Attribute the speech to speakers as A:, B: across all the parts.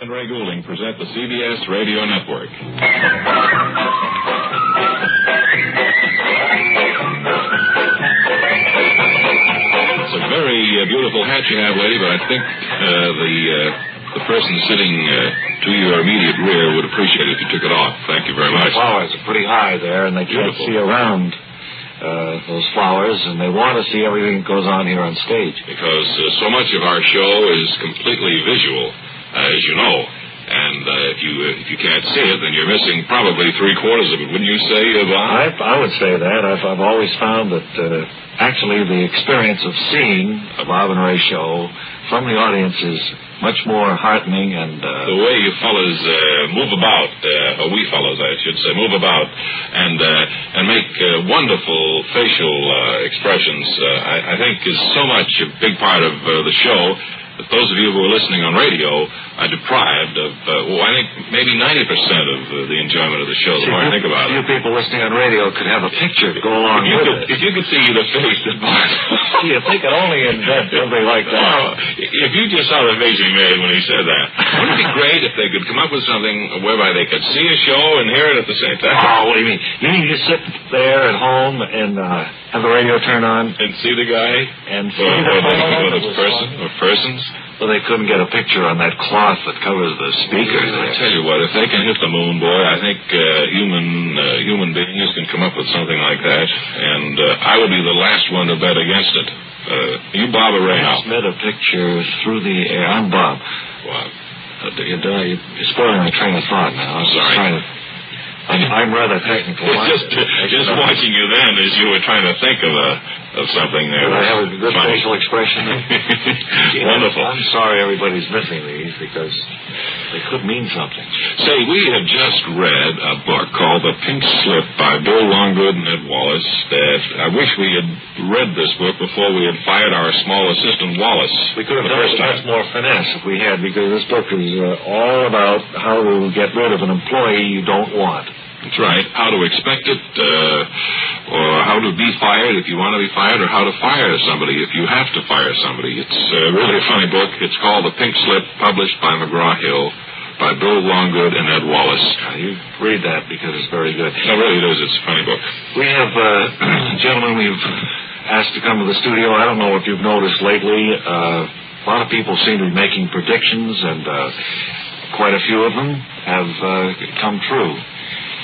A: and Ray Goulding present the CBS Radio Network. It's a very uh, beautiful hat you have, lady, but I think uh, the uh, the person sitting uh, to your immediate rear would appreciate it if you took it off. Thank you very much.
B: Flowers are pretty high there, and they can't
A: Beautiful.
B: see around uh, those flowers, and they want to see everything that goes on here on stage.
A: because uh, so much of our show is completely visual, uh, as you know. And uh, if you uh, if you can't see it, then you're missing probably three quarters of it, wouldn't you say, Yvonne?
B: I, I would say that. I've, I've always found that uh, actually the experience of seeing a Bob and Ray show from the audience is much more heartening and. Uh,
A: the way you fellas uh, move about, uh, or we fellows, I should say, move about, and uh, and make uh, wonderful facial uh, expressions, uh, I, I think is so much a big part of uh, the show that those of you who are listening on radio are deprived of. Uh, well, I think maybe ninety percent of uh, the enjoyment of the show. The
B: See,
A: more I
B: you-
A: think about
B: you
A: it.
B: people listening on radio could have a picture to go
A: If
B: along
A: you, could,
B: with
A: if
B: it.
A: you could see the face that Bart
B: See, if they could only invent something like that.
A: Well, if you just saw the face he made when he said that, wouldn't it be great if they could come up with something whereby they could see a show and hear it at the same time
B: Oh, what do you mean? You mean you sit there at home and uh, have the radio turn on
A: and see the guy
B: and see
A: or, or, the,
B: the phone
A: or
B: that
A: the
B: was
A: person
B: on?
A: or persons?
B: Well, they couldn't get a picture on that cloth that covers the speaker.
A: I
B: there.
A: tell you what, if they can hit the moon, boy, I think uh, human uh, human beings can come up with something like that, and uh, I would be the last one to bet against it. Uh, you bob it right now.
B: Transmit a picture through the air. I'm Bob.
A: Bob.
B: Uh, you're, uh, you're spoiling my train of thought now. I was
A: Sorry.
B: just trying to. I'm, I'm rather technical.
A: It's just just watching you then as you were trying to think of a of something there.
B: Did I have a good
A: Funny.
B: facial expression? there? Gee,
A: Wonderful.
B: I'm sorry everybody's missing these because they could mean something.
A: Say, we have just read a book called The Pink Slip by Bill Longgood and Ed Wallace. Uh, I wish we had read this book before we had fired our small assistant Wallace.
B: We could have
A: the
B: done
A: first
B: it with much
A: time.
B: more finesse if we had, because this book is uh, all about how to get rid of an employee you don't want.
A: That's right. How to expect it, uh, or how to be fired if you want to be fired, or how to fire somebody if you have to fire somebody. It's uh, really a funny book. It's called The Pink Slip, published by McGraw Hill, by Bill Longgood and Ed Wallace.
B: Now, you read that because it's very good.
A: No, really, it is. It's a funny book.
B: We have uh, a gentleman we've asked to come to the studio. I don't know if you've noticed lately. Uh, a lot of people seem to be making predictions, and uh, quite a few of them have uh, come true.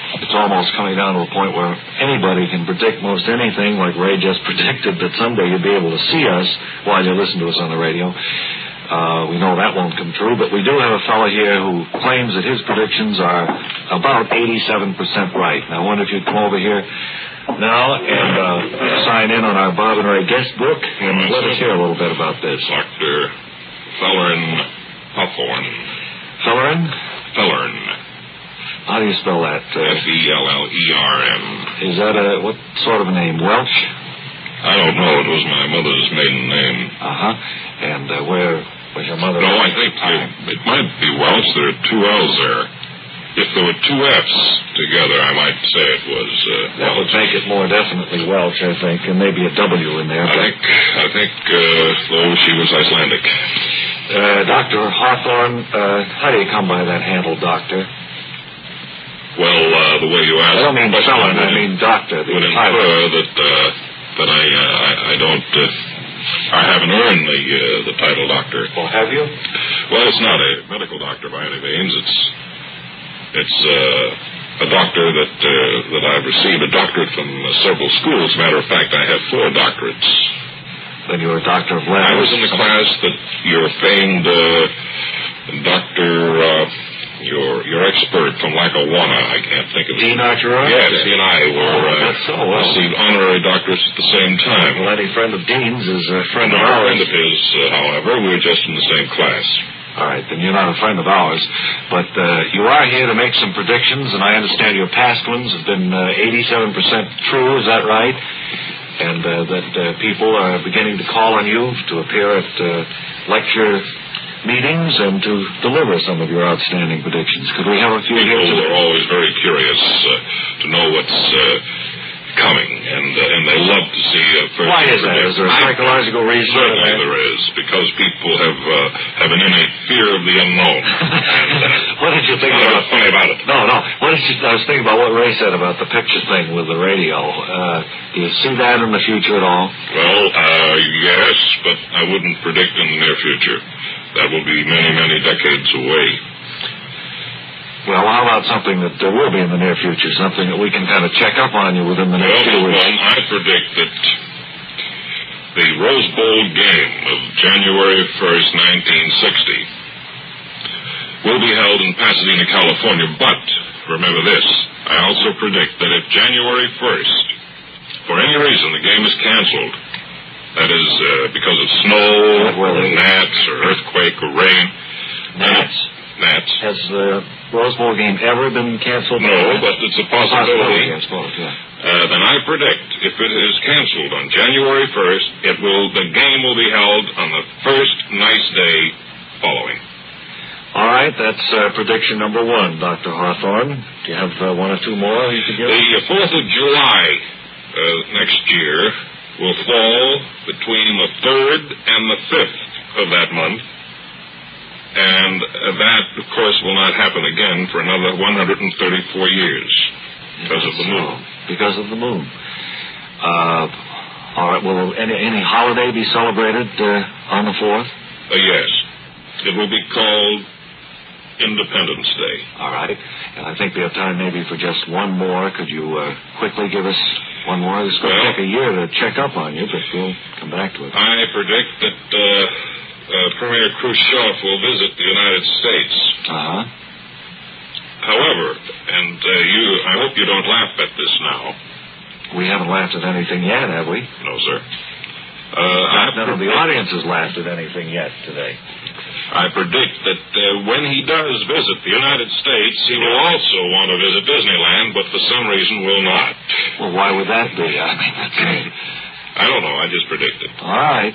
B: It's almost coming down to the point where anybody can predict most anything, like Ray just predicted that someday you'll be able to see us while you listen to us on the radio. Uh, we know that won't come true, but we do have a fellow here who claims that his predictions are about 87% right. Now, I wonder if you'd come over here now and uh, sign in on our Bob and Ray guest book and let us hear a little bit about this.
A: Dr. Fellern Hawthorne.
B: Fellern,
A: Fellern.
B: how do you spell that?
A: F
B: Uh,
A: E L L E R N.
B: is that a, what sort of a name? Welsh?
A: I don't know. It was my mother's maiden name.
B: Uh-huh. And uh, where was your mother?
A: No, Oh, I think uh, it, it might be Welsh. There are two L's there. If there were two F's together, I might say it was uh,
B: That would
A: Welsh.
B: make it more definitely Welsh, I think, and maybe a W in there.
A: I
B: but-
A: think, I think, uh, though she was Icelandic.
B: Uh, Dr. Hawthorne, uh, how do you come by that handle, Doctor?
A: Well, uh, the way you asked
B: I don't mean
A: the question
B: felon, I
A: would-
B: mean doctor. The
A: would
B: title.
A: infer that uh, that I, uh, I I don't uh, I haven't earned the uh, the title doctor.
B: Well, have you?
A: Well, it's not a medical doctor by any means. It's it's uh, a doctor that uh, that I've received a doctorate from uh, several schools. Matter of fact, I have four doctorates.
B: Then you were a doctor of letters.
A: I was in the class that your famed uh, doctor, uh, your your expert from Lackawanna. I can't think of his
B: Dean Archero?
A: Yes, he and I were
B: Oh,
A: uh,
B: that's so. Well,
A: received honorary doctorates at the same time.
B: well, any friend of Dean's is a friend of
A: Not a
B: ours.
A: friend of his, uh, however. We were just in the same class.
B: All right, then you're not a friend of ours. But uh, you are here to make some predictions, and I understand your past ones have been uh, 87% true. Is that right? And uh, that uh, people are beginning to call on you to appear at uh, lecture meetings and to deliver some of your outstanding predictions. Could we have a few here
A: People
B: today?
A: are always very curious uh, to know what's uh, coming, and uh, and they love to see uh, a person.
B: Why is that? Is there a
A: predict.
B: psychological reason?
A: Certainly there is, because people have uh, have an innate fear of the unknown, and about it.
B: No, no. What is it, I was thinking about what Ray said about the picture thing with the radio. Uh, do you see that in the future at all?
A: Well, uh, yes, but I wouldn't predict in the near future. That will be many, many decades away.
B: Well, how about something that there will be in the near future? Something that we can kind of check up on you within the next
A: Well,
B: few
A: for
B: weeks.
A: one, I predict that the Rose Bowl game of January 1st, 1960, will be held in Pasadena, California. But remember this I also predict that if January 1st, for any reason, the game is canceled, that is uh, because of snow,
B: Bad
A: or
B: weather.
A: gnats, or earthquake, or rain.
B: Gnats.
A: Gnats.
B: Has the Rose Bowl game ever been canceled?
A: No, but it's a possibility.
B: I suppose, yeah.
A: Uh, then I predict if it is canceled on January 1st, it will the game will be held on the first nice day following.
B: All right, that's uh, prediction number one, Dr. Hawthorne. Do you have uh, one or two more you could give?
A: The 4th of July uh, next year will fall between the 3rd and the 5th of that month. And uh, that, of course, will not happen again for another 134 years because of the moon.
B: Because of the moon. Uh, all right, will any, any holiday be celebrated uh, on the 4th?
A: Uh, yes, it will be called Independence Day.
B: All righty. And I think we have time maybe for just one more. Could you uh, quickly give us one more? This is going
A: Well-
B: to take a year to check up on you, but we'll come back to it.
A: I predict that uh, uh, Premier Khrushchev will visit the United States.
B: Uh-huh.
A: However, and uh, you, I hope you don't laugh at this now.
B: We haven't laughed at anything yet, have we?
A: No, sir. Uh, I,
B: None of the
A: predict-
B: audience has laughed at anything yet today.
A: I predict that uh, when he does visit the United States, he will also want to visit Disneyland, but for some reason will not.
B: Well, why would that be? I mean, that's...
A: I don't know. I just predicted.
B: All right.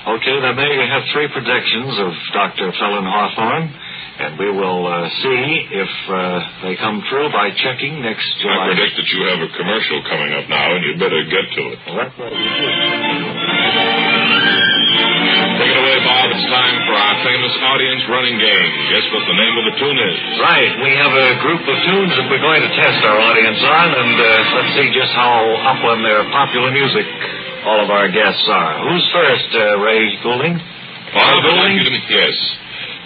B: Okay, then there you have three predictions of Dr. Felon Hawthorne, and we will uh, see if uh, they come true by checking next
A: I
B: July.
A: predict that you have a commercial coming up now, and you'd better get to it.
B: Well, that's what we do.
A: Take it away, Bob. It's time for our famous audience running game. Guess what the name of the tune is?
B: Right, we have a group of tunes that we're going to test our audience on, and uh, let's see just how up on their popular music all of our guests are. Who's first, uh, Ray Goulding?
A: Bob, I'd
B: Goulding?
A: like you to- yes.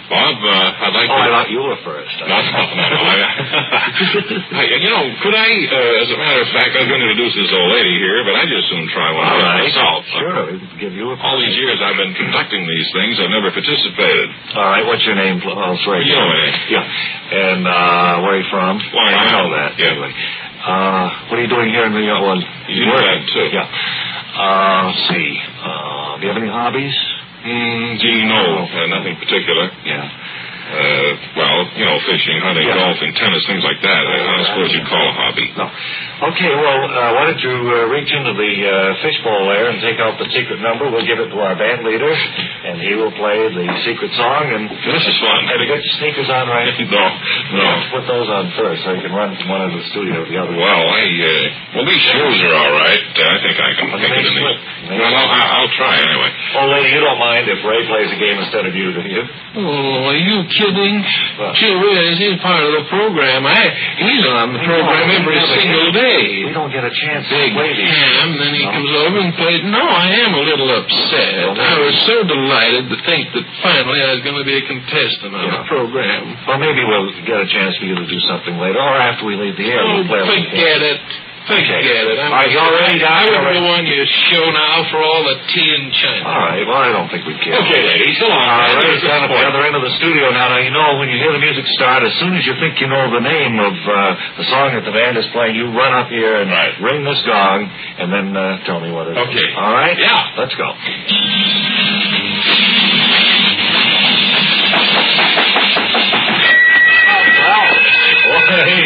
A: Bob, uh, I'd like
B: uh,
A: you
B: Oh, I
A: to...
B: thought you were first.
A: No, no, no, no. I, I, you know, could I, uh, as a matter of fact, I was going to introduce this old lady here, but I just soon try one
B: All
A: out
B: right.
A: myself.
B: Sure, we can give you a
A: uh, All these years I've been conducting these things, I've never participated.
B: All right, what's your name? pl- Oh, sorry.
A: You know my name.
B: Yeah. And uh, where are you from?
A: Long
B: I know
A: Island.
B: that.
A: Yeah.
B: Anyway. Uh, what are you doing here in New York? Well,
A: You know
B: working.
A: that, too.
B: Yeah. Uh, let's see. Uh, do you have any hobbies?
A: Mm, gee, no, uh, nothing particular.
B: Yeah.
A: Uh, well, you know, fishing, hunting,
B: Yeah.
A: golfing, tennis, things like that. I, I suppose you'd call a hobby.
B: No. Okay, well, uh, why don't you uh, reach into the uh, fishbowl there and take out the secret number? We'll give it to our band leader, and he will play the secret song. And
A: This is fun.
B: Have you got your sneakers on, right?
A: no, no.
B: Yeah, Put those on first, so you can run from one end of the studio to the other.
A: Well, I, uh, well, these shoes are all right. Uh, I think I can
B: Well,
A: make
B: they
A: it in
B: slip.
A: these.
B: They
A: Well, I'll, I'll- I'll try anyway.
B: Oh, lady, you don't mind if Ray plays a game instead of you, do you?
C: Oh, are you kidding?
B: Well-
C: Gee whiz, he's part of the program. I, he's on the program every single
B: We
C: day.
B: don't get a chance
C: Big
B: to play these.
C: ham, then he
B: No.
C: comes over and plays. No, I am a little upset. I was so delighted to think that finally I was going to be a contestant on the
B: Yeah.
C: program.
B: Well, maybe we'll get a chance for you to do something later, or after we leave the air,
C: Oh,
B: we'll play a little game.
C: forget it. Forget it. I'm-
B: Are you all ready, Doc?
C: I
B: All
C: wouldn't
B: right.
C: have won your show now for all the tea in China.
B: All right, well, I don't think we care.
C: Okay, ladies, come on.
A: uh,
B: All right,
C: There's
B: Ray's
C: the
B: down at the
C: point.
B: other end of the studio now. Now, you know, when you hear the music start, as soon as you think you know the name of uh, the song that the band is playing, you run up here and
A: Right.
B: ring this gong, and then uh, tell me what it is.
A: Okay.
B: All right?
A: Yeah.
B: Let's go. Hey,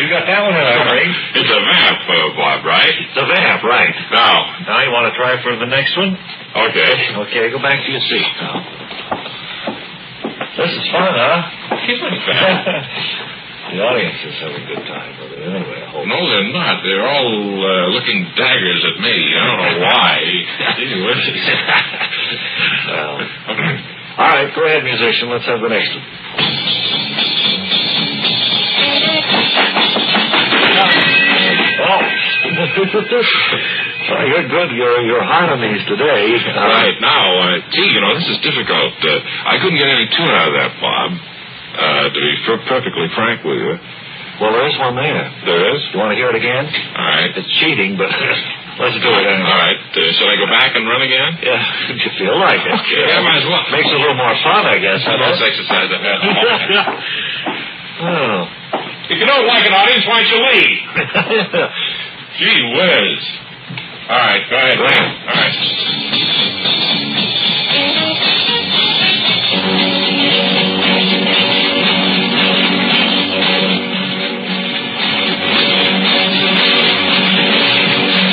B: you got that one all right.
A: It's a vamp, uh, Bob, right?
B: It's a vamp, right.
A: Now,
B: Now you want to try for the next one?
A: okay.
B: Okay, go back to your seat now. This is fun, huh? the audience is having a good time with it anyway, I hope.
A: No, they're not. They're all uh, looking daggers at me. I don't know why. Gee whiz.
B: Well,
A: Um,
B: all right, go ahead, musician. Let's have the next one.
D: Thank you.
A: Oh.
B: well, you're good. You're, you're hot on these today. Uh,
A: Right now, uh, gee, you know, this is difficult. Uh, I couldn't get any tune out of that, Bob. Uh, to be per- perfectly frank with you,
B: Well, there is one there.
A: there is.
B: You want to hear it again?
A: All right.
B: It's cheating, but let's do it
A: All
B: anyway.
A: right. Uh, should I go back and run again?
B: Yeah, if you feel like it.
A: Okay, yeah, might as well.
B: Makes it a little more fun, I guess.
A: Uh, Let's exercise that.
B: oh.
A: if you don't like an audience, why don't you leave? Gee whiz. All right, go ahead.
B: Right.
A: All right.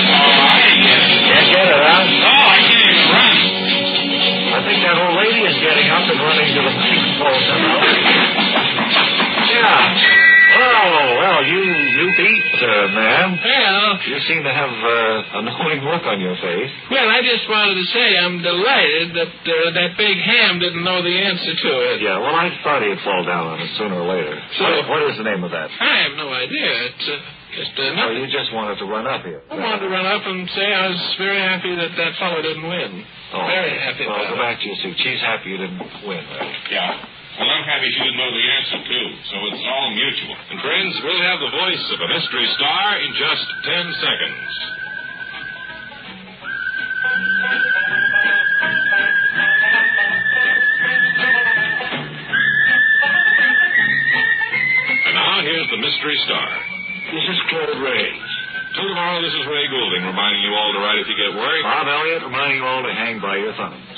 B: Can't get it, huh?
A: All
B: I think that old lady is getting up and running to the microphone. now. Yeah. Oh, well, you, you beat, uh, ma'am.
C: Well,
B: You seem to have uh, a knowing look on your face.
C: well, I just wanted to say I'm delighted that uh, that big ham didn't know the answer to it.
B: Yeah, well, I thought he'd fall down on it sooner or later.
C: So-
B: What- what is the name of that?
C: I have no idea. It's uh, just uh,
B: Oh,
C: nothing.
B: you just wanted to run up here.
C: I wanted to run up and say I was very happy that that fellow didn't win.
B: Oh,
C: very happy
B: Well,
C: about
B: go
C: it.
B: back to your suit. She's happy you didn't win. Right?
A: Yeah. Well, I'm happy she didn't know the answer, too, so it's all mutual. And, friends, we'll have the voice of a mystery star in just 10 seconds. And now, here's the mystery star.
B: This is Claude Rage.
A: Till tomorrow, this is Ray Goulding reminding you all to write if you get worried.
B: Bob Elliott reminding you all to hang by your thumbs.